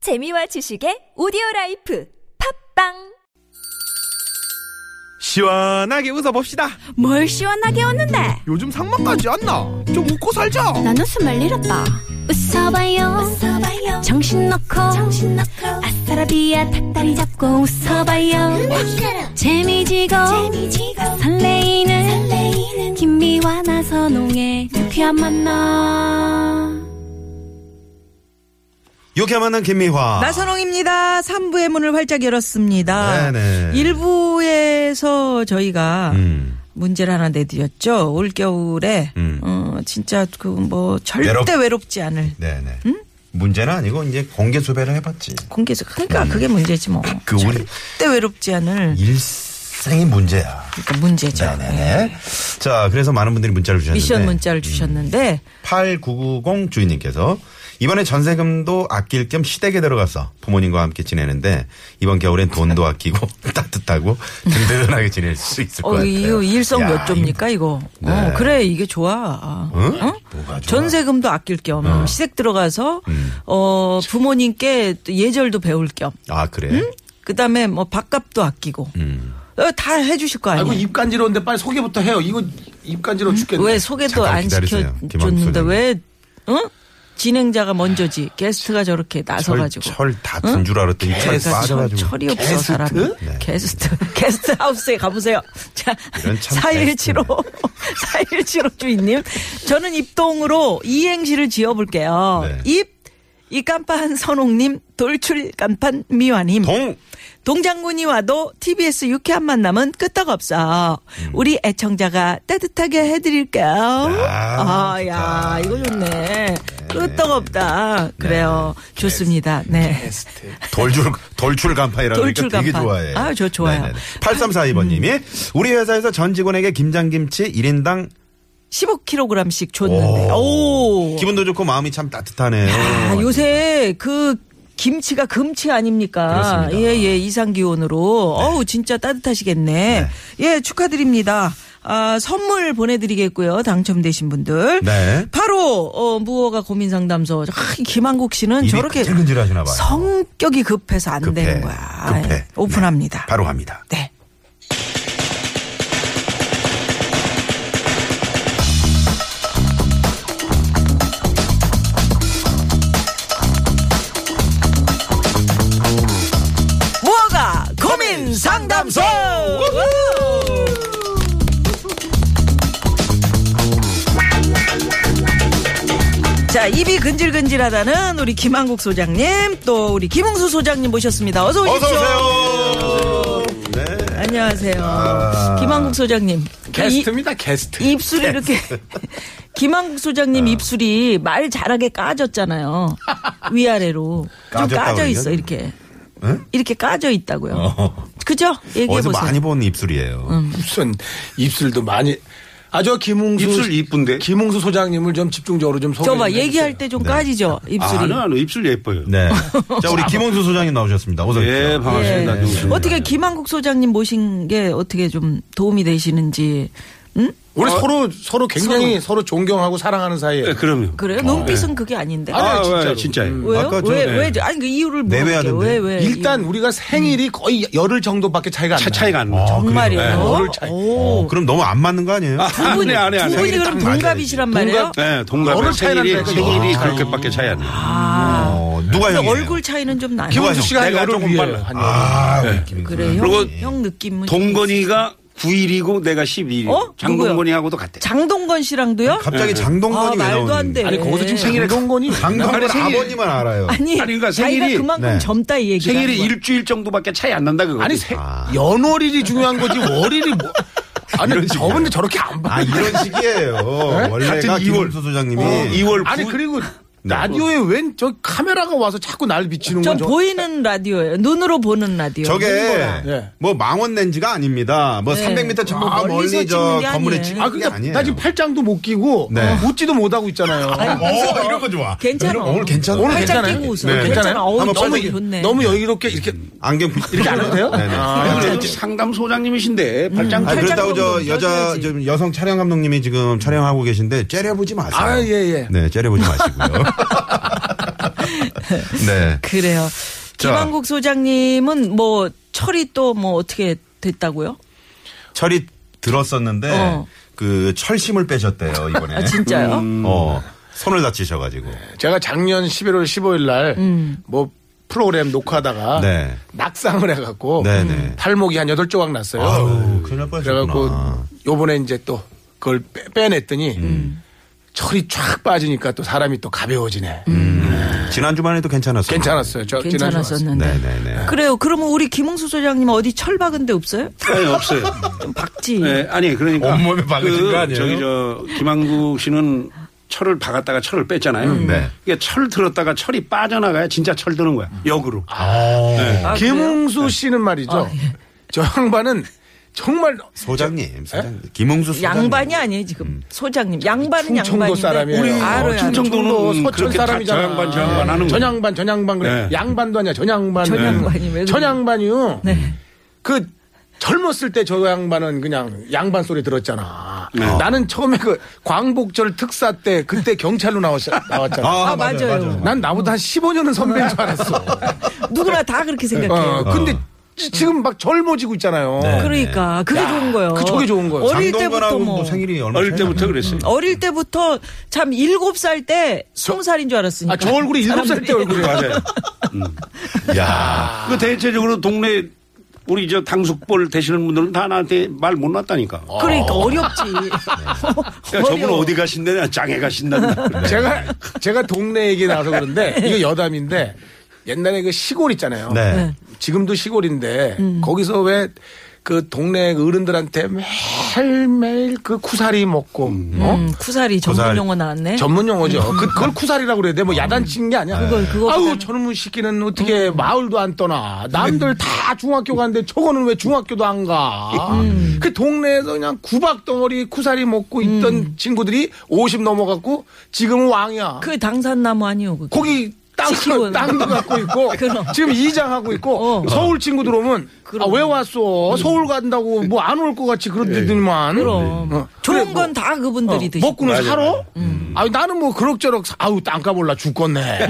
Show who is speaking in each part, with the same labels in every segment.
Speaker 1: 재미와 지식의 오디오 라이프 팝빵
Speaker 2: 시원하게 웃어봅시다.
Speaker 3: 뭘 시원하게 웃는데
Speaker 2: 요즘 상만까지 안 나. 좀 웃고 살자.
Speaker 3: 난 웃음을 잃었다 웃어봐요, 웃어봐요. 정신 놓고 아싸라비아 닭다리 잡고 웃어봐요 재미지고, 설레이는, 김미와 나서 농에 유쾌한 만남
Speaker 4: 유쾌 만난 김미화.
Speaker 5: 나선홍입니다. 3부의 문을 활짝 열었습니다.
Speaker 4: 네네.
Speaker 5: 1부에서 저희가
Speaker 4: 음.
Speaker 5: 문제를 하나 내드렸죠. 올겨울에,
Speaker 4: 음.
Speaker 5: 어, 진짜 그 뭐 절대
Speaker 4: 외롭-
Speaker 5: 외롭... 지 않을
Speaker 4: 네네. 문제는 아니고 이제 공개 수배를 해봤지.
Speaker 5: 공개적. 그러니까 그게 문제지 뭐.
Speaker 4: 음. 그 우리-
Speaker 5: 절대 외롭지 않을
Speaker 4: 일생이 문제야.
Speaker 5: 그러니까 문제죠. 예.
Speaker 4: 네네네. 자, 그래서 네. 음. 많은 분들이 문자를 주셨는데.
Speaker 5: 미션 문자를 주셨는데
Speaker 4: 8990 주인님께서 이번에 전세금도 아낄 겸 시댁에 들어가서 부모님과 함께 지내는데 이번 겨울엔 돈도 아끼고 따뜻하고 든든하게 지낼 수 있을 것
Speaker 5: 어,
Speaker 4: 같아요.
Speaker 5: 이거 일성
Speaker 4: 야,
Speaker 5: 몇 조입니까 이거?
Speaker 4: 네.
Speaker 5: 어, 그래 이게 좋아. 아.
Speaker 4: 응? 뭐가 좋아?
Speaker 5: 전세금도 아낄 겸
Speaker 4: 어.
Speaker 5: 시댁 들어가서
Speaker 4: 음.
Speaker 5: 어 부모님께 또 예절도 배울 겸
Speaker 4: 아, 그래?
Speaker 5: 그다음에 뭐 밥값도 아끼고
Speaker 4: 음.
Speaker 5: 어, 다 해주실 거
Speaker 6: 아이고
Speaker 5: 아니에요?
Speaker 6: 입 간지러운데 빨리 소개부터 해요. 이거 입 간지러 죽겠네.
Speaker 5: 왜 소개도
Speaker 4: 잠깐
Speaker 5: 안
Speaker 4: 기다리세요.
Speaker 5: 시켜줬는데
Speaker 4: 김학수
Speaker 5: 왜 어? 진행자가 먼저지 게스트가 저렇게 나서가지고
Speaker 4: 철다든줄 알았더니 철
Speaker 5: 그러니까
Speaker 4: 빠져가지고.
Speaker 5: 저 철이 없어 사람
Speaker 4: 네.
Speaker 5: 게스트 게스트 하우스에 가보세요. 자,
Speaker 4: 이런 참
Speaker 5: 4175 4175 주인님, 저는 입동으로 이행시를 지어볼게요.
Speaker 4: 네.
Speaker 5: 입 이 깜판 선홍님, 돌출 깜판 미화님,
Speaker 4: 동!
Speaker 5: 동장군이 와도 TBS 유쾌한 만남은 끄떡없어.
Speaker 4: 음.
Speaker 5: 우리 애청자가 따뜻하게 해드릴게요. 아,
Speaker 4: 좋다.
Speaker 5: 야, 이거 좋네. 끄떡없다. 그래요. 좋습니다. 네.
Speaker 4: 돌출 돌출 간판이라고
Speaker 5: 돌출
Speaker 4: 그러니까 되게
Speaker 5: 간판.
Speaker 4: 좋아해요.
Speaker 5: 아, 저 좋아요. 음.
Speaker 4: 8342번님이 우리 회사에서 전 직원에게 김장김치 1인당
Speaker 5: 15kg씩 줬는데. 오.
Speaker 4: 기분도 좋고 마음이 참 따뜻하네요.
Speaker 5: 아, 요새 그 김치가 금치 아닙니까?
Speaker 4: 그렇습니다. 네.
Speaker 5: 예예 이상 기온으로 어우 진짜 따뜻하시겠네. 예 축하드립니다. 아, 선물 보내드리겠고요 당첨되신 분들.
Speaker 4: 네.
Speaker 5: 바로 어, 무허가 고민 상담소 아, 김한국 씨는
Speaker 4: 일이
Speaker 5: 저렇게
Speaker 4: 근질근질하시나 봐요.
Speaker 5: 성격이 급해서 안
Speaker 4: 급해.
Speaker 5: 되는 거야.
Speaker 4: 급해.
Speaker 5: 예, 오픈합니다.
Speaker 4: 네, 바로 갑니다.
Speaker 5: 네. 무허가 고민 상담소! 자, 입이 근질근질하다는 우리 김한국 소장님, 또 우리 김웅수 소장님 모셨습니다. 어서 오십시오.
Speaker 4: 어서 오세요. 네.
Speaker 5: 안녕하세요. 김한국 소장님.
Speaker 6: 게스트입니다. 게스트.
Speaker 5: 이- 입술이 이렇게 김한국 소장님 입술이 말 잘하게 까졌잖아요. 위아래로 좀
Speaker 4: 까졌다고
Speaker 5: 까져 있어
Speaker 4: 그러죠?
Speaker 5: 이렇게. 이렇게 까져 있다고요. 그죠? 얘기해
Speaker 4: 어. 어디서
Speaker 5: 보세요. 음.
Speaker 4: 많이 본 입술이에요.
Speaker 6: 무슨 입술도 많이. 아저 김웅수
Speaker 7: 입술 이쁜데?
Speaker 6: 김웅수 소장님을 좀 집중적으로 좀 소개.
Speaker 5: 저봐
Speaker 6: 좀 해주세요.
Speaker 5: 얘기할 때 좀 까지죠 입술이.
Speaker 7: 아, 는 입술 예뻐요.
Speaker 4: 네. 자, 우리 김원수 소장님 나오셨습니다. 어서 오십시오.
Speaker 7: 예, 반갑습니다. 김웅수.
Speaker 5: 어떻게 김한국 소장님 모신 게 어떻게 좀 도움이 되시는지. 응?
Speaker 6: 우리 서로 서로 굉장히 어, 서로, 네, 존경하고 사랑하는 사이에.
Speaker 7: 예, 그럼요.
Speaker 5: 그래요? 눈빛은 그게 아닌데.
Speaker 6: 아니,
Speaker 7: 아,
Speaker 6: 진짜로.
Speaker 7: 왜, 진짜요.
Speaker 5: 왜요?
Speaker 4: 아까 저-
Speaker 5: 왜,
Speaker 4: 네.
Speaker 5: 왜, 아니, 그 이유를
Speaker 4: 내외하던데.
Speaker 5: 모르겠어요. 왜, 왜.
Speaker 6: 일단 우리가 네, 생일이 거의 열흘 정도밖에 차이가 안
Speaker 7: 차,
Speaker 6: 나요.
Speaker 7: 차이가 안
Speaker 5: 이유.
Speaker 7: 나죠.
Speaker 5: 정말이에요?
Speaker 7: 네,
Speaker 6: 오를 차이.
Speaker 5: 오.
Speaker 4: 어, 그럼 너무 안 맞는 거 아니에요?
Speaker 7: 아,
Speaker 5: 두 분이,
Speaker 7: 안해, 안해,
Speaker 5: 두 분이
Speaker 7: 안해.
Speaker 5: 그럼 동갑이시란 말이에요?
Speaker 7: 네, 동갑.
Speaker 6: 어느 차이
Speaker 7: 생일이,
Speaker 6: 난다니까,
Speaker 7: 생일이
Speaker 6: 이거.
Speaker 7: 그렇게밖에 차이 안 나요.
Speaker 4: 어, 누가
Speaker 5: 아. 근데
Speaker 4: 형이에요?
Speaker 5: 얼굴 차이는 좀 나요. 음.
Speaker 4: 기분
Speaker 6: 김웅수 씨가 한
Speaker 7: 내가
Speaker 6: 열흘
Speaker 7: 조금
Speaker 6: 위에
Speaker 7: 빨라요.
Speaker 6: 한 열흘.
Speaker 4: 아,
Speaker 5: 그래, 형,
Speaker 7: 그리고
Speaker 5: 형 느낌은. 뭐 좀
Speaker 7: 동건이가 9일이고 내가 12일.
Speaker 5: 어?
Speaker 7: 장동건이하고도 같대.
Speaker 5: 장동건 씨랑도요?
Speaker 4: 갑자기 장동건이
Speaker 5: 아,
Speaker 4: 왜
Speaker 5: 말도
Speaker 4: 나오는지.
Speaker 5: 안 돼.
Speaker 6: 아니 네. 거기서 지금 생일에 건건이
Speaker 4: 장동건
Speaker 7: 아니, 생일-
Speaker 4: 아버님만 알아요.
Speaker 5: 아니,
Speaker 7: 아니, 그러니까
Speaker 5: 자기가
Speaker 7: 생일이-
Speaker 5: 그만큼
Speaker 4: 네.
Speaker 5: 젊다 이 얘기가.
Speaker 7: 생일이 일주일 정도밖에 차이 안 난다, 그거.
Speaker 6: 아니 세, 연월일이 중요한 거지 월일이 뭐. 아니 저번에 저렇게 안 봐.
Speaker 4: 아, 이런 식이에요.
Speaker 5: 네?
Speaker 4: 원래가
Speaker 7: 같은 어, 이월.
Speaker 4: 김원수 소장님이.
Speaker 5: 어,
Speaker 7: 2월 9일.
Speaker 6: 아니 그리고 라디오에 웬 저 카메라가 와서 자꾸 날 비치는
Speaker 5: 저
Speaker 6: 거죠.
Speaker 5: 보이는 라디오예요. 눈으로 보는 라디오.
Speaker 4: 저게
Speaker 6: 예.
Speaker 4: 뭐 망원 렌즈가 아닙니다. 뭐 300m 저
Speaker 5: 뭐 멀리서
Speaker 4: 멀리
Speaker 5: 찍는
Speaker 4: 저
Speaker 5: 게
Speaker 4: 건물에
Speaker 5: 아니에요.
Speaker 4: 찍는
Speaker 6: 아
Speaker 4: 게
Speaker 6: 그러니까
Speaker 4: 아니에요.
Speaker 6: 나 지금 팔짱도 못 끼고
Speaker 4: 네.
Speaker 6: 웃지도 못하고 있잖아요.
Speaker 4: 어, 이런 거 좋아.
Speaker 5: 괜찮아.
Speaker 4: 이런 거 오늘 괜찮아.
Speaker 6: 오늘
Speaker 5: 팔짱
Speaker 6: 괜찮아요?
Speaker 5: 끼고 웃어요.
Speaker 4: 네.
Speaker 5: 괜찮아요?
Speaker 6: 괜찮아요?
Speaker 5: 어우,
Speaker 4: 한번
Speaker 5: 너무
Speaker 4: 빨리-
Speaker 5: 좋네. 음.
Speaker 6: 너무 여유롭게 이렇게
Speaker 4: 안경
Speaker 6: 이렇게 안 해도 돼요?
Speaker 4: 네네.
Speaker 6: 아,
Speaker 7: 상담 소장님이신데 발장
Speaker 4: 아, 그렇다고 저
Speaker 5: 정도는
Speaker 4: 여자
Speaker 5: 껴줘야지.
Speaker 4: 좀 여성 촬영 감독님이 지금 촬영하고 계신데 째려보지 마세요.
Speaker 6: 아, 예, 예.
Speaker 4: 네, 째려보지 마시고요. 네.
Speaker 5: 그래요.
Speaker 4: 자.
Speaker 5: 김한국 소장님은 뭐 철이 또 뭐 어떻게 됐다고요?
Speaker 4: 철이 들었었는데
Speaker 5: 어.
Speaker 4: 그 철심을 빼셨대요 이번에.
Speaker 5: 아 진짜요?
Speaker 4: 어 손을 다치셔가지고.
Speaker 6: 제가 작년 11월 15일 날
Speaker 5: 음.
Speaker 6: 뭐 프로그램 녹화하다가
Speaker 4: 네.
Speaker 6: 낙상을 해갖고
Speaker 4: 네네.
Speaker 6: 탈목이 한 8조각 났어요.
Speaker 4: 아유 큰일 날
Speaker 6: 그래갖고
Speaker 4: 뻔했구나. 음.
Speaker 6: 요번에 이제 또 그걸 빼, 빼냈더니 철이 쫙 빠지니까 또 사람이 또 가벼워지네.
Speaker 4: 지난 주만 해도 괜찮았어요.
Speaker 6: 괜찮았어요. 저 지난주에 왔어요.
Speaker 5: 음. 괜찮았었는데.
Speaker 4: 네네네.
Speaker 5: 그래요. 그러면 우리 김홍수 소장님 어디 철 박은 데 없어요?
Speaker 7: 아니 없어요.
Speaker 5: 좀 박지.
Speaker 7: 네, 아니 그러니까
Speaker 4: 온몸에 박으신 거 아니에요?
Speaker 7: 저기 저 김한국 씨는 철을 박았다가 철을 뺐잖아요.
Speaker 4: 네.
Speaker 7: 이게 철 들었다가 철이 빠져나가야 진짜 철 드는 거야. 역으로.
Speaker 5: 아, 그래요?
Speaker 6: 네.
Speaker 5: 아, 예.
Speaker 6: 김웅수 씨는 말이죠. 저 양반은 정말
Speaker 4: 소장님, 소장님. 김홍수 소장님.
Speaker 5: 양반이 아니에요 지금 소장님. 양반은
Speaker 6: 충청도
Speaker 5: 양반인데.
Speaker 6: 사람이에요. 우리
Speaker 5: 알아요, 알아요.
Speaker 7: 충청-
Speaker 6: 충청도
Speaker 7: 정도는
Speaker 6: 서천
Speaker 7: 그렇게 다
Speaker 6: 사람이잖아.
Speaker 7: 저양반, 저양반 하는 거예요.
Speaker 6: 전양반, 전양반 그래.
Speaker 7: 네.
Speaker 6: 양반도 아니야. 전양반.
Speaker 5: 전양반이 왜 그래?
Speaker 6: 전양반이요.
Speaker 5: 네.
Speaker 6: 그 젊었을 때 저 양반은 그냥 양반 소리 들었잖아.
Speaker 7: 네.
Speaker 6: 나는 처음에 그 광복절 특사 때 그때 경찰로 나왔, 나왔잖아.
Speaker 4: 아,
Speaker 5: 아,
Speaker 4: 맞아요.
Speaker 5: 맞아요.
Speaker 4: 맞아요.
Speaker 6: 난 나보다 한 15년은 선배인 줄 알았어.
Speaker 5: 누구나 다 그렇게 생각해요. 네,
Speaker 6: 어, 근데 지- 지금 막 젊어지고 있잖아요.
Speaker 7: 네.
Speaker 5: 그러니까 그게 좋은 거예요.
Speaker 6: 그 저게 좋은 거예요.
Speaker 5: 어릴 때부터
Speaker 4: 장동건하고
Speaker 5: 뭐
Speaker 4: 뭐 생일이 얼마
Speaker 7: 어릴 때부터 그랬어요.
Speaker 5: 어릴 때부터 참 일곱 살 때 스무 살인 줄 알았으니까.
Speaker 6: 아, 저 얼굴이 일곱 살 때 얼굴이에요.
Speaker 7: 맞아요.
Speaker 4: 야
Speaker 7: 그 대체적으로 동네 우리 저 당숙볼 되시는 분들은 다 나한테 말 못 났다니까.
Speaker 5: 그러니까 어렵지.
Speaker 7: 그러니까 저분
Speaker 5: 어려워.
Speaker 7: 어디 가신대냐 장에 가신단다.
Speaker 6: 제가 제가 동네 얘기 나와서 그런데 이거 여담인데 옛날에 그 시골 있잖아요.
Speaker 4: 네. 네.
Speaker 6: 지금도 시골인데
Speaker 5: 음.
Speaker 6: 거기서 왜 그 동네 어른들한테 매일매일 그 쿠사리 먹고 어?
Speaker 5: 음, 쿠사리 전문
Speaker 4: 쿠사리.
Speaker 5: 용어 나왔네.
Speaker 6: 전문 용어죠. 그, 그걸 쿠사리라고 그래야 돼. 뭐 야단치는 게 아니야.
Speaker 5: 그걸, 그거 음.
Speaker 6: 아우,
Speaker 5: 그냥-
Speaker 6: 저놈의 시끼는 어떻게 마을도 안 떠나. 남들 다 중학교 가는데 저거는 왜 중학교도 안 가.
Speaker 5: 음.
Speaker 6: 그 동네에서 그냥 구박 덩어리 쿠사리 먹고 있던
Speaker 5: 음.
Speaker 6: 친구들이 50 넘어갖고 지금은 왕이야.
Speaker 5: 그 당산나무 아니요 그게.
Speaker 6: 거기 땅도,
Speaker 5: 지키고.
Speaker 6: 땅도 갖고 있고
Speaker 5: 그럼.
Speaker 6: 지금 이장하고 있고
Speaker 5: 어.
Speaker 6: 서울 친구들 오면 아, 왜 왔어 서울 간다고 뭐 안 올 것 같이
Speaker 7: 예,
Speaker 6: 그러더니만
Speaker 5: 그럼
Speaker 6: 어.
Speaker 5: 좋은
Speaker 6: 그래, 뭐,
Speaker 5: 건 다 그분들이
Speaker 6: 어,
Speaker 5: 드시. 고
Speaker 6: 먹고는 살아? 아유 나는 뭐 그럭저럭 사- 아우 땅값 올라 죽겠네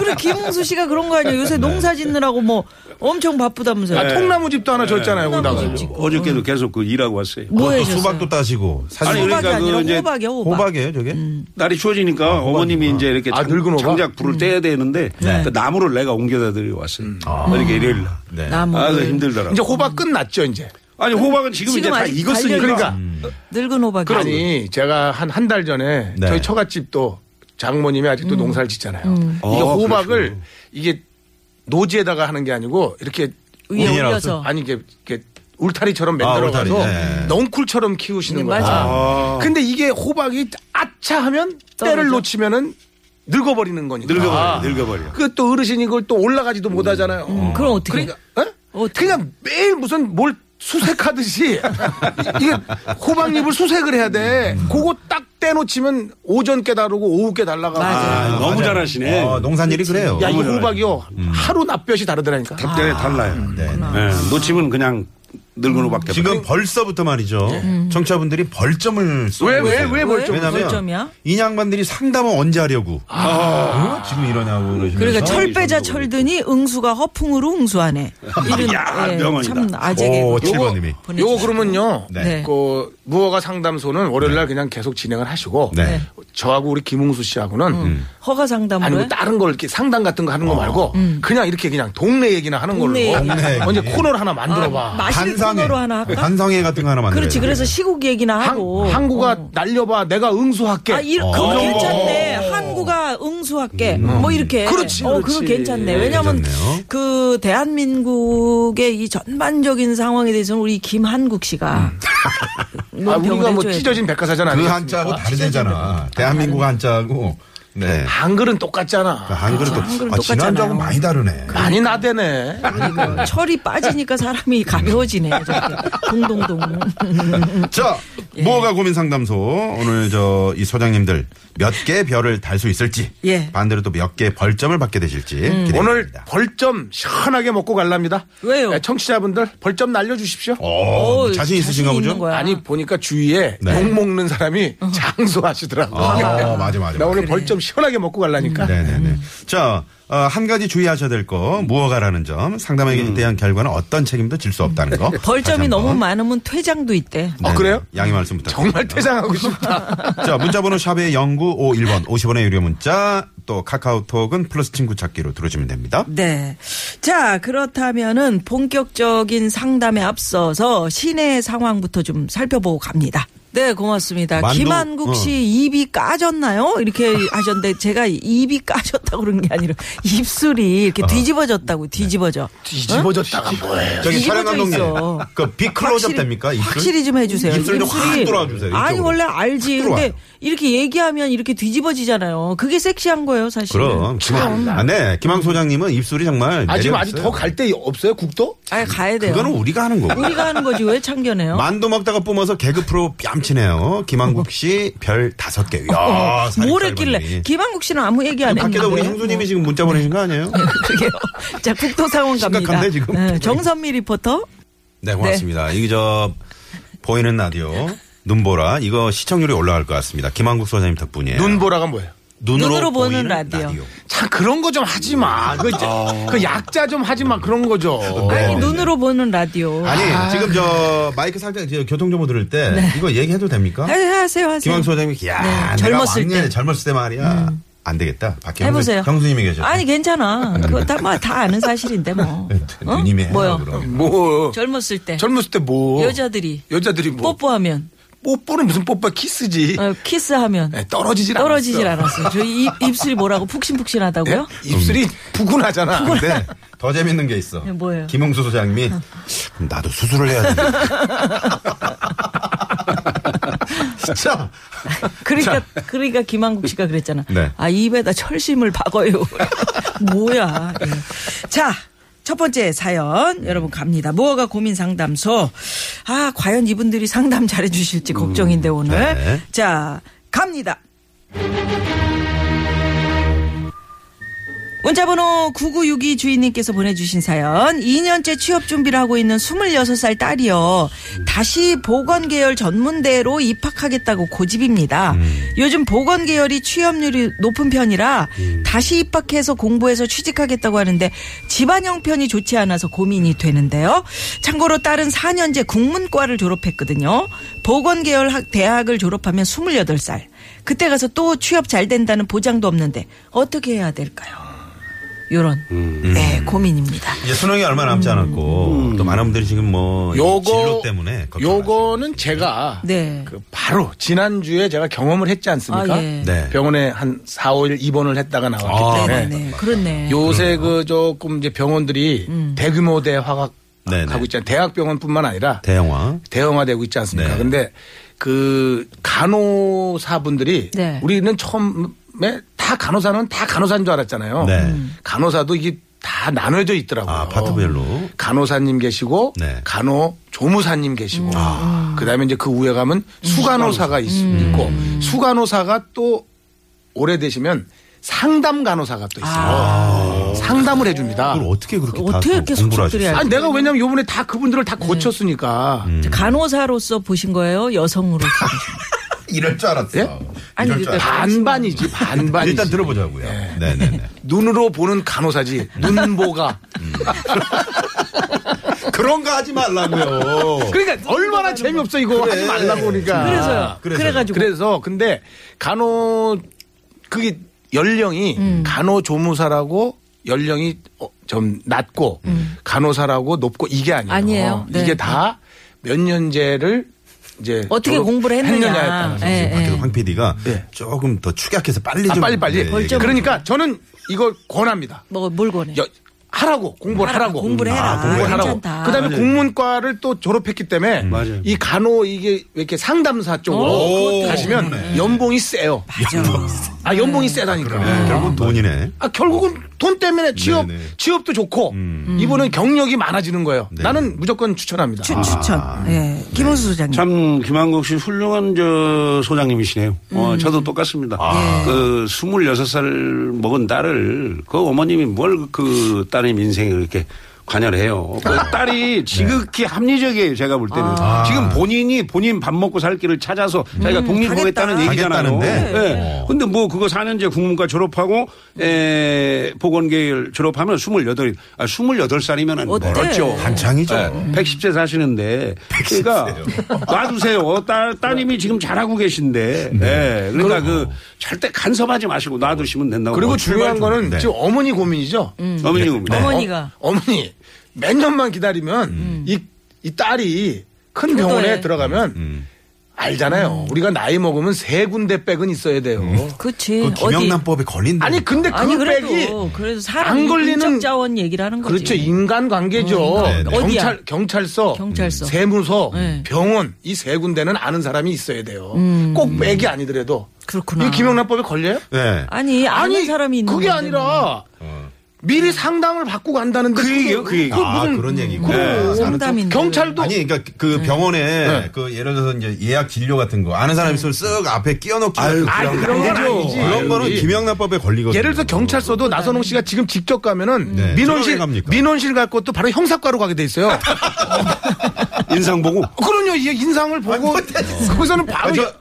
Speaker 5: 그래 김웅수 씨가 그런 거 아니에요. 요새 농사 짓느라고 뭐 엄청 바쁘다면서요.
Speaker 6: 아, 통나무 집도 하나
Speaker 5: 네.
Speaker 6: 줬잖아요 거기다가
Speaker 7: 어저께도 계속 그 일하고 왔어요.
Speaker 5: 뭐
Speaker 4: 또
Speaker 5: 해줬어요?
Speaker 4: 수박도 따시고
Speaker 5: 아니,
Speaker 4: 사실
Speaker 5: 호박이
Speaker 7: 그러니까 음. 그
Speaker 5: 아니라
Speaker 7: 이제
Speaker 5: 호박이야 호박.
Speaker 4: 호박이에요 저게?
Speaker 7: 날이 추워지니까 어머님이 이제 이렇게
Speaker 6: 아,
Speaker 7: 장,
Speaker 6: 늙은 호박?
Speaker 7: 장작 불을 떼야 되는데 그 나무를 내가 옮겨다 드려왔어요. 아, 이렇게 일요일 날.
Speaker 4: 아, 네.
Speaker 5: 나무.
Speaker 7: 아, 그 힘들더라고.
Speaker 6: 이제 호박 끝났죠 이제
Speaker 7: 아니 호박은 지금,
Speaker 5: 지금
Speaker 7: 이제 다
Speaker 5: 아직
Speaker 7: 익었으니까.
Speaker 5: 달려있어.
Speaker 6: 그러니까
Speaker 5: 늙은 호박이.
Speaker 6: 아니 제가 한 한 달 전에
Speaker 4: 네.
Speaker 6: 저희 처갓집도 장모님이 아직도
Speaker 5: 음.
Speaker 6: 농사를 짓잖아요. 이게
Speaker 7: 어,
Speaker 6: 호박을
Speaker 7: 그러시구나.
Speaker 6: 이게 노지에다가 하는 게 아니고 이렇게
Speaker 5: 위에
Speaker 4: 위에라고
Speaker 5: 올려서.
Speaker 6: 아니 이게, 이게 울타리처럼
Speaker 4: 아,
Speaker 6: 만들어 가서
Speaker 4: 울타리, 네.
Speaker 6: 넝쿨처럼 키우시는
Speaker 5: 네,
Speaker 6: 거예요.
Speaker 5: 맞아.
Speaker 6: 근데 이게 호박이 아차하면 때를
Speaker 5: 떨어져.
Speaker 6: 놓치면은 늙어버리는 거니까.
Speaker 7: 늙어버려, 늙어버려.
Speaker 6: 그또 어르신이 그걸 또 올라가지도 못하잖아요.
Speaker 5: 음, 그럼 어떻게?
Speaker 6: 그러니까, 어? 그냥 매일 무슨 뭘 수색하듯이 이게 호박잎을 수색을 해야 돼. 그거 딱 떼놓치면 오전 깨달고 오후 깨달라가.
Speaker 5: 맞아.
Speaker 7: 아, 너무 잘하시네.
Speaker 4: 어, 농산일이 그래요.
Speaker 6: 야, 이 호박이요. 하루 낮볕이 다르더라니까.
Speaker 7: 답변이 달라요.
Speaker 4: 네, 네.
Speaker 7: 예, 놓치면 그냥 늙은 호박밖에.
Speaker 4: 지금 벌써부터 말이죠. 청취자분들이 벌점을 쏘고
Speaker 6: 왜, 왜,
Speaker 4: 있어요.
Speaker 6: 왜 벌점?
Speaker 4: 왜냐면
Speaker 5: 벌점이야?
Speaker 4: 이 양반들이 상담을 언제 하려고. 어? 지금 이러냐고 그러시면서.
Speaker 5: 아. 그러니까 철 빼자 철드니 응수가 허풍으로 응수하네. 이런
Speaker 7: 야,
Speaker 5: 예,
Speaker 7: 명언이다.
Speaker 5: 참 아재개.
Speaker 4: 오,
Speaker 5: 그거.
Speaker 4: 7번님이.
Speaker 6: 아, 요거 그러면요.
Speaker 4: 네.
Speaker 5: 네.
Speaker 6: 그 무허가 상담소는 월요일 날 그냥 계속 진행을 하시고
Speaker 4: 네.
Speaker 6: 저하고 우리 김웅수 씨하고는
Speaker 5: 허가 상담을.
Speaker 6: 아니 뭐 다른 걸 이렇게 상담 같은 거 하는 거 말고 그냥 이렇게 그냥 동네 얘기나 하는 걸로
Speaker 5: 음. 동네 얘기.
Speaker 4: 어.
Speaker 5: 아,
Speaker 4: 동네 얘기.
Speaker 6: 먼저 코너를 하나 만들어 봐.
Speaker 5: 마실
Speaker 4: 반상회.
Speaker 5: 코너로 하나 할까?
Speaker 4: 반상회 같은 거 하나 만들어.
Speaker 5: 그렇지. 그래서 시국 얘기나 하고. 어.
Speaker 6: 항, 항구가 날려봐 내가 응수할게.
Speaker 5: 아, 이, 그거
Speaker 4: 어. 음.
Speaker 5: 괜찮네. 항구가 응수할게. 뭐 이렇게.
Speaker 6: 그렇지,
Speaker 5: 어,
Speaker 6: 그렇지.
Speaker 5: 그거 괜찮네. 왜냐면
Speaker 4: 괜찮네요.
Speaker 5: 그 대한민국의 이 전반적인 상황에 대해서는 우리 김한국 씨가
Speaker 6: 음. 아,
Speaker 5: 논평을
Speaker 6: 우리가 뭐
Speaker 5: 해줘야 돼.
Speaker 6: 찢어진 백과사전
Speaker 4: 그
Speaker 6: 아니야?
Speaker 4: 한자하고 다르잖아. 대한민국 한자하고. 네.
Speaker 6: 한글은 똑같잖아.
Speaker 4: 한글은 또.
Speaker 5: 그렇죠. 한글은
Speaker 4: 아, 지난주하고
Speaker 5: 똑같잖아요. 그렇죠.
Speaker 4: 많이 다르네.
Speaker 6: 많이 나대네.
Speaker 5: 그러니까 철이 빠지니까 사람이 가벼워지네. 저렇게. 동동동.
Speaker 4: 자,
Speaker 5: 예.
Speaker 4: 뭐가 고민 상담소 오늘 저 이 소장님들 몇 개 별을 달 수 있을지
Speaker 5: 예. 음.
Speaker 4: 반대로 또 몇 개 벌점을 받게 되실지 기대됩니다.
Speaker 6: 오늘 벌점 시원하게 먹고 갈랍니다.
Speaker 5: 왜요?
Speaker 6: 네, 청취자분들 벌점 날려주십시오.
Speaker 4: 오,
Speaker 5: 오,
Speaker 4: 어, 자신 있으신가
Speaker 5: 자신 있는
Speaker 4: 보죠?
Speaker 5: 거야.
Speaker 6: 아니 보니까 주위에
Speaker 4: 네.
Speaker 6: 욕 먹는 사람이 장수하시더라고.
Speaker 4: 아, 맞아 맞아.
Speaker 6: 나 오늘 벌점 시원하게 먹고 갈라니까.
Speaker 4: 네네네. 자, 어, 한 가지 주의하셔야 될 거, 무허가라는 점, 상담에 대한 결과는 어떤 책임도 질 수 없다는 거. 다시
Speaker 5: 음. 벌점이
Speaker 4: 한
Speaker 5: 너무
Speaker 4: 번. 네,
Speaker 5: 많으면 퇴장도 있대.
Speaker 6: 아, 그래요?
Speaker 4: 양해 말씀 부탁드립니다.
Speaker 6: 정말 퇴장하고 싶다.
Speaker 4: 자, 문자번호 샵의 0951번, 50원의 유료 문자, 또 카카오톡은 플러스 친구 찾기로 들어주면 됩니다.
Speaker 5: 네. 자, 그렇다면은 본격적인 상담에 앞서서 시내 상황부터 좀 살펴보고 갑니다. 네, 고맙습니다.
Speaker 4: 만도-
Speaker 5: 김한국 씨
Speaker 4: 어.
Speaker 5: 입이 까졌나요? 이렇게 하셨는데 제가 입이 까졌다고 그런 게 아니라 입술이 이렇게 뒤집어졌다고 뒤집어져.
Speaker 6: 뒤집어졌다가 뭐예요?
Speaker 4: 저기
Speaker 5: 뒤집어져
Speaker 4: 촬영 감독님,
Speaker 5: 있어.
Speaker 4: 그비 클로즈업 됩니까? 입술?
Speaker 5: 확실히 좀 해주세요.
Speaker 4: 입술 좀 확 돌아주세요.
Speaker 5: 아니
Speaker 4: 이쪽으로.
Speaker 5: 원래 알지.
Speaker 4: 확
Speaker 5: 근데
Speaker 4: 들어와요.
Speaker 5: 이렇게 얘기하면 이렇게 뒤집어지잖아요. 그게 섹시한 거예요, 사실.
Speaker 4: 그럼 김, 아, 네, 김항 소장님은 입술이 정말
Speaker 6: 아, 지금
Speaker 4: 매력
Speaker 6: 아직
Speaker 4: 있어요.
Speaker 6: 더 갈 데 없어요? 국도?
Speaker 5: 아 가야 돼요.
Speaker 4: 그거는 우리가 하는 거고.
Speaker 5: 우리가 하는 거지 왜 참견해요?
Speaker 4: 만두 먹다가 뿜어서 개그 프로 뺨치네요. 김한국 씨 별 다섯 개. 야,
Speaker 5: 뭘 했길래? 김한국 씨는 아무 얘기 안 했는데.
Speaker 4: 밖에다 우리 형수님이 지금 문자 보내신 거 아니에요? 네,
Speaker 5: 그게요. 뭐. 자, 국토 상황 갑니다.
Speaker 4: 심각한데,
Speaker 5: 네,
Speaker 4: 지금?
Speaker 5: 정선미 리포터.
Speaker 4: 네, 고맙습니다. 이게 저 보이는 라디오 눈보라 이거 시청률이 올라갈 것 같습니다. 김한국 소장님 덕분이에요.
Speaker 6: 눈보라가 뭐예요?
Speaker 5: 눈으로
Speaker 4: 보이는
Speaker 5: 보는 라디오.
Speaker 6: 참 그런 거 좀 하지 마. 그, 이제
Speaker 4: 아.
Speaker 6: 그 약자 좀 하지 마. 그런 거죠.
Speaker 4: 네.
Speaker 5: 아니, 눈으로 보는 라디오.
Speaker 4: 아니 지금 저 마이크 살짝 저 교통 정보 들을 때
Speaker 5: 네.
Speaker 4: 이거 얘기해도 됩니까?
Speaker 5: 아, 하세요, 하세요.
Speaker 4: 김한국 소장님이 야 내가
Speaker 5: 젊었을
Speaker 4: 왔네.
Speaker 5: 때. 음.
Speaker 4: 젊었을 때 말이야 안 되겠다. 밖에
Speaker 5: 해보세요.
Speaker 4: 형수- 형수님이 네. 계셔.
Speaker 5: 아니, 괜찮아. 그거 다, 뭐, 다 아는 사실인데, 뭐. 어?
Speaker 4: 네, 누님이 해요,
Speaker 5: 뭐요?
Speaker 4: 그럼. 어.
Speaker 6: 뭐.
Speaker 5: 젊었을 때.
Speaker 6: 젊었을 때 뭐.
Speaker 5: 여자들이.
Speaker 6: 여자들이 뭐.
Speaker 5: 뽀뽀하면.
Speaker 6: 뽀뽀는 무슨 뽀뽀 키스지.
Speaker 5: 어, 키스하면.
Speaker 6: 네, 떨어지질
Speaker 5: 떨어지질
Speaker 6: 않았어.
Speaker 5: 않았어요. 저희 입, 입술이 뭐라고 푹신푹신하다고요?
Speaker 6: 예?
Speaker 4: 음.
Speaker 6: 입술이 부근하잖아.
Speaker 4: 근데 더 재밌는 게 있어.
Speaker 5: 네, 뭐예요? 어.
Speaker 4: 김홍수 소장님이 그럼 나도 수술을 해야 돼. 진짜.
Speaker 5: 그러니까 그러니까 김한국 씨가 그랬잖아.
Speaker 4: 네.
Speaker 5: 아 입에다 철심을 박어요. 뭐야. 예. 자. 첫 번째 사연 여러분 갑니다. 무허가 고민 상담소. 아 과연 이분들이 상담 잘해 주실지 걱정인데 오늘.
Speaker 4: 네.
Speaker 5: 자 갑니다. 문자번호 9962 주인님께서 보내주신 사연. 2년째 취업 준비를 하고 있는 26살 딸이요. 다시 보건계열 전문대로 입학하겠다고 고집입니다. 요즘 보건계열이 취업률이 높은 편이라 다시 입학해서 공부해서 취직하겠다고 하는데 집안 형편이 좋지 않아서 고민이 되는데요. 참고로 딸은 4년제 국문과를 졸업했거든요. 보건계열 학- 대학을 졸업하면 28살. 그때 가서 또 취업 잘 된다는 보장도 없는데 어떻게 해야 될까요? 요런 네, 고민입니다.
Speaker 4: 이제 수능이 얼마 남지 않았고
Speaker 5: 음.
Speaker 4: 또 많은 분들이 지금 뭐이 진로
Speaker 6: 요거
Speaker 4: 때문에 걱정하시고.
Speaker 6: 요거는 제가
Speaker 5: 네.
Speaker 6: 그 바로 지난주에 제가 경험을 했지 않습니까?
Speaker 5: 아, 예.
Speaker 4: 네.
Speaker 6: 병원에 한 4, 5일 입원을 했다가 나왔기
Speaker 4: 아,
Speaker 6: 때문에
Speaker 5: 네네네. 그렇네.
Speaker 6: 어. 요새 그 조금 이제 병원들이
Speaker 5: 음.
Speaker 6: 대규모 대화가
Speaker 4: 네네.
Speaker 6: 하고 있잖아요. 대학병원뿐만 아니라
Speaker 4: 대형화.
Speaker 6: 대형화되고 있지 않습니까?
Speaker 4: 네.
Speaker 6: 근데 그 간호사분들이
Speaker 5: 네.
Speaker 6: 우리는 처음에 다 간호사는 다 간호사인 줄 알았잖아요.
Speaker 4: 네. 음.
Speaker 6: 간호사도 이게 다 나눠져 있더라고요.
Speaker 4: 아, 파트별로.
Speaker 6: 간호사님 계시고
Speaker 4: 네. 아.
Speaker 6: 간호 조무사님 계시고 그다음에 이제 그 위에 가면 수간호사가 있, 고
Speaker 4: 음.
Speaker 6: 수간호사가 또 오래되시면 상담 간호사가 또 있어요. 상담을 해줍니다.
Speaker 4: 아. 그걸 어떻게 그렇게 다
Speaker 5: 어떻게 이렇게
Speaker 4: 공부를
Speaker 5: 숙직들이
Speaker 4: 하셨어요?
Speaker 6: 아. 아니 내가 왜냐면 요번에 다 그분들을 다 고쳤으니까
Speaker 4: 음.
Speaker 5: 간호사로서 보신 거예요? 여성으로서?
Speaker 4: 이럴 줄 알았어.
Speaker 6: 예? 아,
Speaker 5: 아니,
Speaker 4: 이럴 줄
Speaker 5: 근데
Speaker 4: 알았어.
Speaker 6: 반반이지 반반이지. 예.
Speaker 4: 일단 들어보자고요. 네, 네, 네.
Speaker 6: 눈으로 보는 간호사지 눈보가
Speaker 4: 그런 거 하지 말라고요.
Speaker 6: 그러니까 얼마나 재미없어 이거
Speaker 4: 그래.
Speaker 6: 하지 말라고 그러니까
Speaker 5: 그래서요.
Speaker 4: 그래서요.
Speaker 5: 그래가지고.
Speaker 6: 그래서 근데 간호 그게 연령이
Speaker 5: 음.
Speaker 6: 간호조무사라고 연령이 어, 좀 낮고 간호사라고 높고 이게 아니에요.
Speaker 5: 음. 아니에요. 네.
Speaker 6: 이게 다 몇 년제를 이제
Speaker 5: 어떻게
Speaker 6: 졸업-
Speaker 5: 공부를 했느냐.
Speaker 6: 했느냐에 따라서.
Speaker 5: 예, 예.
Speaker 4: 그래서 황 PD가
Speaker 6: 예.
Speaker 4: 조금 더 축약해서 빨리
Speaker 6: 아,
Speaker 4: 좀
Speaker 6: 빨리 빨리.
Speaker 4: 네,
Speaker 6: 그러니까 저는 이걸 권합니다.
Speaker 5: 뭐, 뭘 권해?
Speaker 6: 여- 하라고 공부를
Speaker 5: 하라,
Speaker 6: 하라고
Speaker 5: 공부를 해라.
Speaker 6: 아, 공부를 하라고.
Speaker 5: 괜찮다.
Speaker 6: 그다음에 국문과를 또 졸업했기 때문에
Speaker 7: 음. 맞아요.
Speaker 6: 이 간호 이게 왜 이렇게 상담사 쪽으로 가시면
Speaker 5: 네.
Speaker 6: 연봉이 세요. 아 연봉이 세다니까.
Speaker 4: 네, 결국 돈이네.
Speaker 6: 아 결국은 돈 때문에 취업
Speaker 4: 네네.
Speaker 6: 취업도 좋고
Speaker 7: 음.
Speaker 6: 이분은 경력이 많아지는 거예요.
Speaker 7: 네.
Speaker 6: 나는 무조건 추천합니다.
Speaker 5: 추, 추천.
Speaker 6: 아.
Speaker 5: 예.
Speaker 6: 네.
Speaker 5: 김은수 소장님.
Speaker 7: 참 김한국 씨 훌륭한 저 소장님이시네요. 어, 저도 똑같습니다. 그 26살 먹은 딸을 그 어머님이 뭘 그 따님 인생에 그렇게 관여를 해요. 그 딸이 지극히 합리적이에요. 제가 볼 때는 지금 본인이 본인 밥 먹고 살 길을 찾아서 자기가 독립하겠다는
Speaker 5: 가겠다.
Speaker 7: 얘기잖아요.
Speaker 4: 가겠다는데?
Speaker 7: 예.
Speaker 4: 네.
Speaker 7: 근데 뭐 그거 4년제 국문과 졸업하고 에, 보건계열 졸업하면 28, 아, 28살이면
Speaker 5: 어때?
Speaker 7: 멀었죠.
Speaker 4: 한창이죠.
Speaker 7: 네, 110세 사시는데 그러니까 놔두세요. 딸 따님이 지금 잘하고 계신데 예, 그러니까 그 절대 간섭하지 마시고 놔두시면 된다고.
Speaker 6: 그리고
Speaker 7: 뭐
Speaker 6: 중요한
Speaker 7: 출발
Speaker 6: 거는
Speaker 4: 네.
Speaker 6: 지금 어머니 고민이죠.
Speaker 5: 음.
Speaker 7: 좀- 어머님입니다.
Speaker 5: 네. 어머니가.
Speaker 6: 어, 머니몇 년만 기다리면 이, 이 딸이 큰 병원에
Speaker 5: 효도해.
Speaker 6: 들어가면
Speaker 4: 음,
Speaker 6: 알잖아요.
Speaker 5: 음.
Speaker 6: 우리가 나이 먹으면 세 군데 백은 있어야 돼요.
Speaker 5: 그치.
Speaker 4: 그 김영란법에 걸린다.
Speaker 6: 아니 근데 그
Speaker 5: 음, 아니
Speaker 6: 백이
Speaker 5: 그래도 그래도 사람
Speaker 6: 안 걸리는-
Speaker 5: 인적 자원 얘기를 하는 거지. 음,
Speaker 6: 그렇죠 인간 관계죠.
Speaker 4: 네, 네.
Speaker 5: 어디야?
Speaker 6: 경찰 경찰서,
Speaker 5: 경찰서.
Speaker 6: 세무서,
Speaker 5: 네.
Speaker 6: 병원 이 세 군데는 아는 사람이 있어야 돼요. 꼭 백이 아니더라도
Speaker 5: 음. 그렇구나.
Speaker 6: 이 김영란법에 걸려요?
Speaker 4: 네.
Speaker 5: 아니 아는 사람이 있는
Speaker 6: 그게
Speaker 5: 건데 뭐.
Speaker 6: 아니라 미리 상담을 받고 간다는데
Speaker 7: 그 얘기예요,
Speaker 6: 그게-
Speaker 7: 그 얘기.
Speaker 4: 아,
Speaker 6: 무슨-
Speaker 4: 그런 얘기구나.
Speaker 6: 그래.
Speaker 5: 네.
Speaker 4: 나는 좀-
Speaker 5: 상담인데.
Speaker 6: 경찰도
Speaker 4: 아니 그러니까
Speaker 5: 네.
Speaker 4: 그 병원에 그 예를 들어서 이제 예약 진료 같은 거 아는 사람
Speaker 5: 네.
Speaker 4: 있으면 쓱 앞에 끼워넣기 아유,
Speaker 6: 아유, 그런 건 아니지.
Speaker 4: 그런 거는
Speaker 6: 아유,
Speaker 4: 김영란법에 걸리거든요.
Speaker 6: 예를 들어 경찰서도 나선홍 씨가 지금 직접 가면은
Speaker 4: 뭐, 네.
Speaker 6: 민원실
Speaker 4: 들어가게 갑니까?
Speaker 6: 민원실 갈 것도 바로 형사과로 가게 돼 있어요.
Speaker 7: 인상 보고
Speaker 6: 그럼요. 이 인상을 보고 거기서는
Speaker 4: 아,
Speaker 6: 바로
Speaker 4: 저,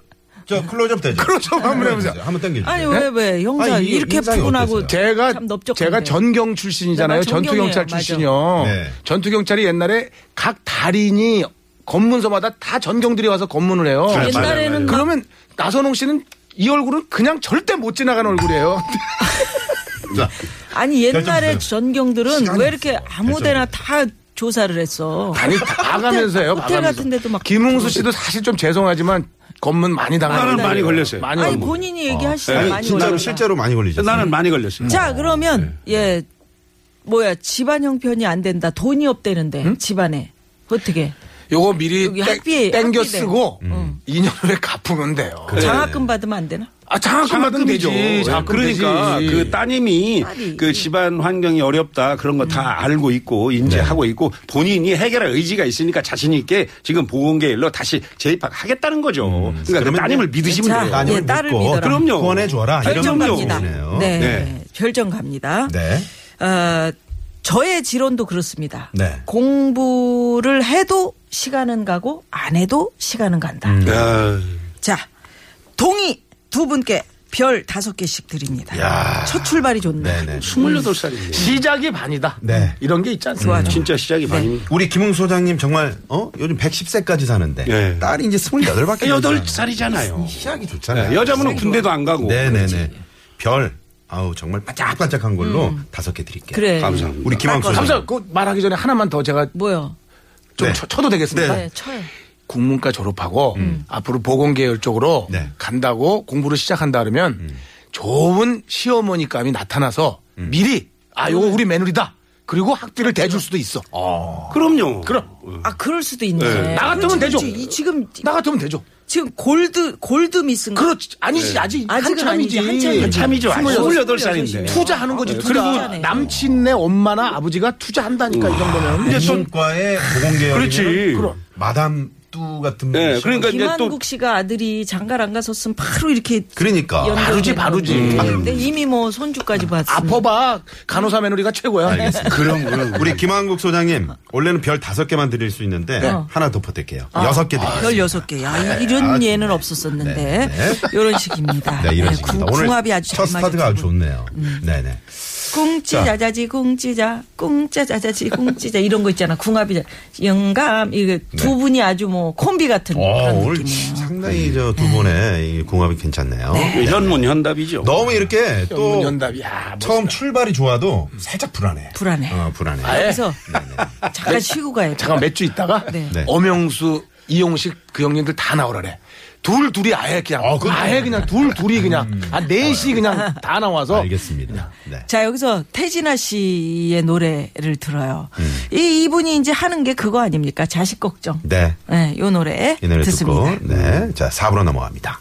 Speaker 4: 저 클로즈업 되죠.
Speaker 6: 클로즈업 한번 해보세요.
Speaker 4: 한번 당겨주세요.
Speaker 5: 아니
Speaker 6: 네?
Speaker 5: 왜 왜 형사
Speaker 4: 아니, 이-
Speaker 5: 이렇게
Speaker 4: 인상이
Speaker 5: 푸근하고
Speaker 4: 어땠어요?
Speaker 6: 제가
Speaker 5: 참 넓적한데.
Speaker 6: 제가 전경
Speaker 5: 네,
Speaker 6: 출신이잖아요.
Speaker 5: 맞아,
Speaker 6: 전투 경찰
Speaker 5: 전경이에요. 맞아.
Speaker 6: 출신이요.
Speaker 4: 네.
Speaker 6: 전투 경찰이 옛날에 각 달인이 검문소마다 다 전경들이 와서 검문을 해요.
Speaker 4: 맞아요,
Speaker 5: 옛날에는 막
Speaker 6: 그러면 나선홍 씨는 이 얼굴은 그냥 절대 못 지나가는 얼굴이에요.
Speaker 4: 자,
Speaker 5: 아니
Speaker 4: 결정했어요.
Speaker 5: 옛날에 전경들은 왜 이렇게 아무데나 다 조사를 했어?
Speaker 6: 아니 다 가면서 해요.
Speaker 5: 호텔
Speaker 6: 가가면서.
Speaker 5: 같은 데도 막
Speaker 6: 김웅수 씨도 사실 좀 죄송하지만 검문 많이
Speaker 7: 나는
Speaker 5: 아, 네.
Speaker 6: 당하는
Speaker 7: 많이 걸렸어요.
Speaker 6: 많이
Speaker 5: 아니
Speaker 6: 걸리고.
Speaker 5: 본인이 얘기하시죠.
Speaker 7: 아니,
Speaker 5: 많이
Speaker 4: 네. 진짜로
Speaker 5: 올라가.
Speaker 4: 실제로 네. 많이 걸리죠.
Speaker 7: 나는 많이 걸렸어요.
Speaker 5: 자 그러면 예 뭐야 집안 형편이 안 된다 돈이 없대는데 집안에 어떻게
Speaker 6: 요거 미리
Speaker 5: 여기
Speaker 6: 땡-
Speaker 5: 학비에-
Speaker 6: 땡겨
Speaker 5: 학비네. 음.
Speaker 6: 쓰고 2년 후에 갚으면 돼요.
Speaker 4: 네.
Speaker 5: 장학금 받으면 안 되나?
Speaker 6: 아그 장학금 받으면 되죠. 예, 장학금
Speaker 7: 그러니까
Speaker 6: 되지.
Speaker 7: 그 따님이 그 집안 환경이 어렵다 그런 거 다 알고 있고 인지하고 있고 본인이 해결할 의지가 있으니까 자신 있게 지금 보건계열로 다시 재입학하겠다는 거죠. 그러니까 그
Speaker 4: 그러면
Speaker 7: 따님을
Speaker 4: 이제
Speaker 7: 믿으시면 돼요.
Speaker 5: 자,
Speaker 4: 따님을
Speaker 5: 예, 딸을
Speaker 4: 믿고
Speaker 5: 믿어라.
Speaker 7: 그럼요.
Speaker 4: 뭐 후원해 줘라.
Speaker 5: 결정
Speaker 4: 이런
Speaker 5: 갑니다.
Speaker 4: 거네요.
Speaker 5: 네,
Speaker 7: 네.
Speaker 5: 결정 갑니다.
Speaker 4: 네.
Speaker 5: 어, 저의 지론도 그렇습니다.
Speaker 4: 네.
Speaker 5: 공부를 해도 시간은 가고 안 해도 시간은 간다.
Speaker 4: 음, 네.
Speaker 7: 야,
Speaker 5: 자, 동의 두 분께 별 다섯 개씩 드립니다.
Speaker 4: 야.
Speaker 5: 첫 출발이 좋네.
Speaker 4: 네, 네.
Speaker 7: 28살이에요.
Speaker 6: 시작이 반이다.
Speaker 4: 네.
Speaker 6: 이런 게 있지 않습니까?
Speaker 7: 진짜 시작이 많이.
Speaker 4: 우리 김웅 소장님 정말 어? 요즘 110세까지 사는데
Speaker 7: 예.
Speaker 4: 딸이 이제 28밖에
Speaker 7: 여덟 살이잖아요.
Speaker 4: 시작이 좋잖아요.
Speaker 7: 네, 여자분은 뭐 군대도 안 가고.
Speaker 4: 네. 네, 네, 네. 별 아우 정말 반짝반짝한 걸로 다섯 개 드릴게요.
Speaker 5: 음. 그래.
Speaker 7: 감사합니다.
Speaker 4: 우리 김웅 소장님.
Speaker 6: 감사. 그 말하기 전에 하나만 더 제가
Speaker 5: 뭐요?
Speaker 6: 좀
Speaker 4: 네.
Speaker 6: 쳐, 쳐도 되겠습니까?
Speaker 5: 네, 쳐요.
Speaker 6: 국문과 졸업하고
Speaker 5: 음.
Speaker 6: 앞으로 보건계열 쪽으로
Speaker 4: 네.
Speaker 6: 간다고 공부를 시작한다 그러면
Speaker 5: 음.
Speaker 6: 좋은 시어머니감이 나타나서 미리 아 요거 우리 며느리다 그리고 학비를
Speaker 5: 그렇죠.
Speaker 6: 대줄 수도 있어
Speaker 7: 그럼요.
Speaker 6: 그럼
Speaker 4: 음.
Speaker 5: 아, 그럴 수도 있네.
Speaker 7: 네.
Speaker 6: 나 같으면
Speaker 5: 그렇지,
Speaker 6: 되죠.
Speaker 5: 그렇지. 이 지금
Speaker 6: 나 같으면 되죠
Speaker 5: 지금 골드 골드 미스인가?
Speaker 6: 그렇지 아니지 아직
Speaker 5: 아직은
Speaker 6: 한참이지
Speaker 5: 아니지, 한참.
Speaker 7: 참이죠.
Speaker 5: 네. 음. 스물여덟, 네.
Speaker 6: 네.
Speaker 5: 아,
Speaker 7: 28살인데.
Speaker 6: 투자하는 거지 투자
Speaker 5: 투자네.
Speaker 6: 남친네 엄마나 아버지가 투자한다니까 이
Speaker 5: 아.
Speaker 6: 정도면
Speaker 7: 이제
Speaker 5: 음.
Speaker 7: 좀-
Speaker 4: 전과의 보공계열.
Speaker 7: 그렇지.
Speaker 4: 마담 뚜 같은.
Speaker 7: 네,
Speaker 4: 분이시죠?
Speaker 7: 그러니까 이제 또
Speaker 5: 김한국 씨가 아들이 장가를 안 갔었으면 바로 이렇게
Speaker 4: 그러니까.
Speaker 5: 연결되는
Speaker 6: 바로지,
Speaker 5: 건데.
Speaker 4: 음.
Speaker 6: 바로지.
Speaker 5: 근데 이미 뭐 손주까지 봤어.
Speaker 6: 아퍼봐 간호사 며느리가 최고야
Speaker 4: 그럼 그럼 우리 김한국 소장님 원래는 별 다섯 개만 드릴 수 있는데 하나 더 보탤게요. 여섯 개 드릴게요.
Speaker 5: 네. 아. 별 여섯 개. 야, 이런 예는 없었었는데.
Speaker 4: 네, 네.
Speaker 5: 이런 식입니다.
Speaker 4: 네, 이런
Speaker 5: 네,
Speaker 4: 식입니다.
Speaker 5: 궁-
Speaker 4: 오늘
Speaker 5: 궁합이 아주
Speaker 4: 첫
Speaker 5: 잘
Speaker 4: 스타트가 아주
Speaker 5: 맞았죠. 음.
Speaker 4: 좋네요. 네네.
Speaker 5: 꿍찌자자지 꿍찌자 꿍짜자자지 꿍찌자 이런 거 있잖아. 궁합이 잘- 영감 이게 두 분이 아주 뭐 콤비 같은
Speaker 4: 어,
Speaker 5: 그런
Speaker 4: 오늘
Speaker 5: 느낌이에요.
Speaker 7: 네.
Speaker 5: 네.
Speaker 4: 상당히 저 두 분의 이 궁합이 괜찮네요.
Speaker 7: 현문현답이죠.
Speaker 4: 너무 이렇게 또
Speaker 6: 연답 야 뭐.
Speaker 4: 처음 출발이 좋아도 살짝 불안해.
Speaker 5: 불안해.
Speaker 4: 어, 불안해.
Speaker 5: 그래서 잠깐 쉬고 가야 돼.
Speaker 6: 잠깐 몇 주 있다가
Speaker 5: 네.
Speaker 4: 네.
Speaker 6: 엄영수, 이용식 그 형님들 다 나오라래. 둘 둘이 아예 그냥 아예 그냥 둘 둘이 그냥 아 넷이 그냥 다 나와서
Speaker 4: 알겠습니다. 네.
Speaker 5: 자 여기서 태진아 씨의 노래를 들어요. 이 이분이 이제 하는 게 그거 아닙니까? 자식 걱정.
Speaker 4: 네.
Speaker 5: 네, 요 노래,
Speaker 4: 이 노래
Speaker 5: 듣습니다.
Speaker 4: 듣고 네. 자, 4부로 넘어갑니다.